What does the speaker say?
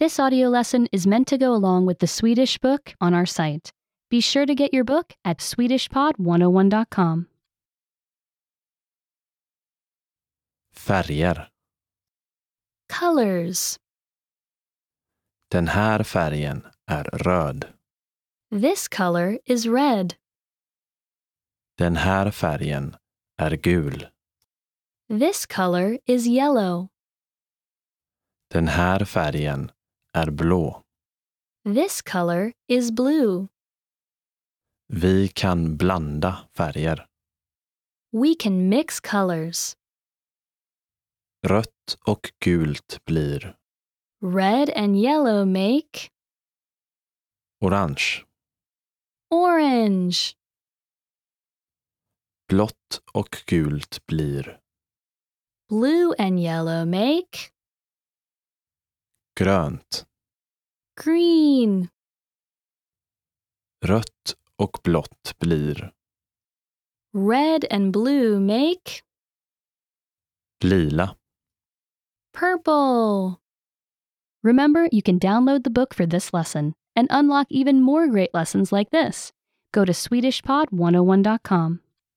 This audio lesson is meant to go along with the Swedish book on our site. Be sure to get your book at swedishpod101.com. Färger. Colors. Den här färgen är röd. This color is red. Den här färgen är gul. This color is yellow. Den här färgen är blå. This color is blue. Vi kan blanda färger. We can mix colors. Rött och gult blir Red and yellow make orange. orange. Blått och gult blir Blue and yellow make grönt. green. Rött och blått blir Red and blue make lila. purple. Remember, you can download the book for this lesson oh and unlock even more great lessons like this. Go to SwedishPod101.com.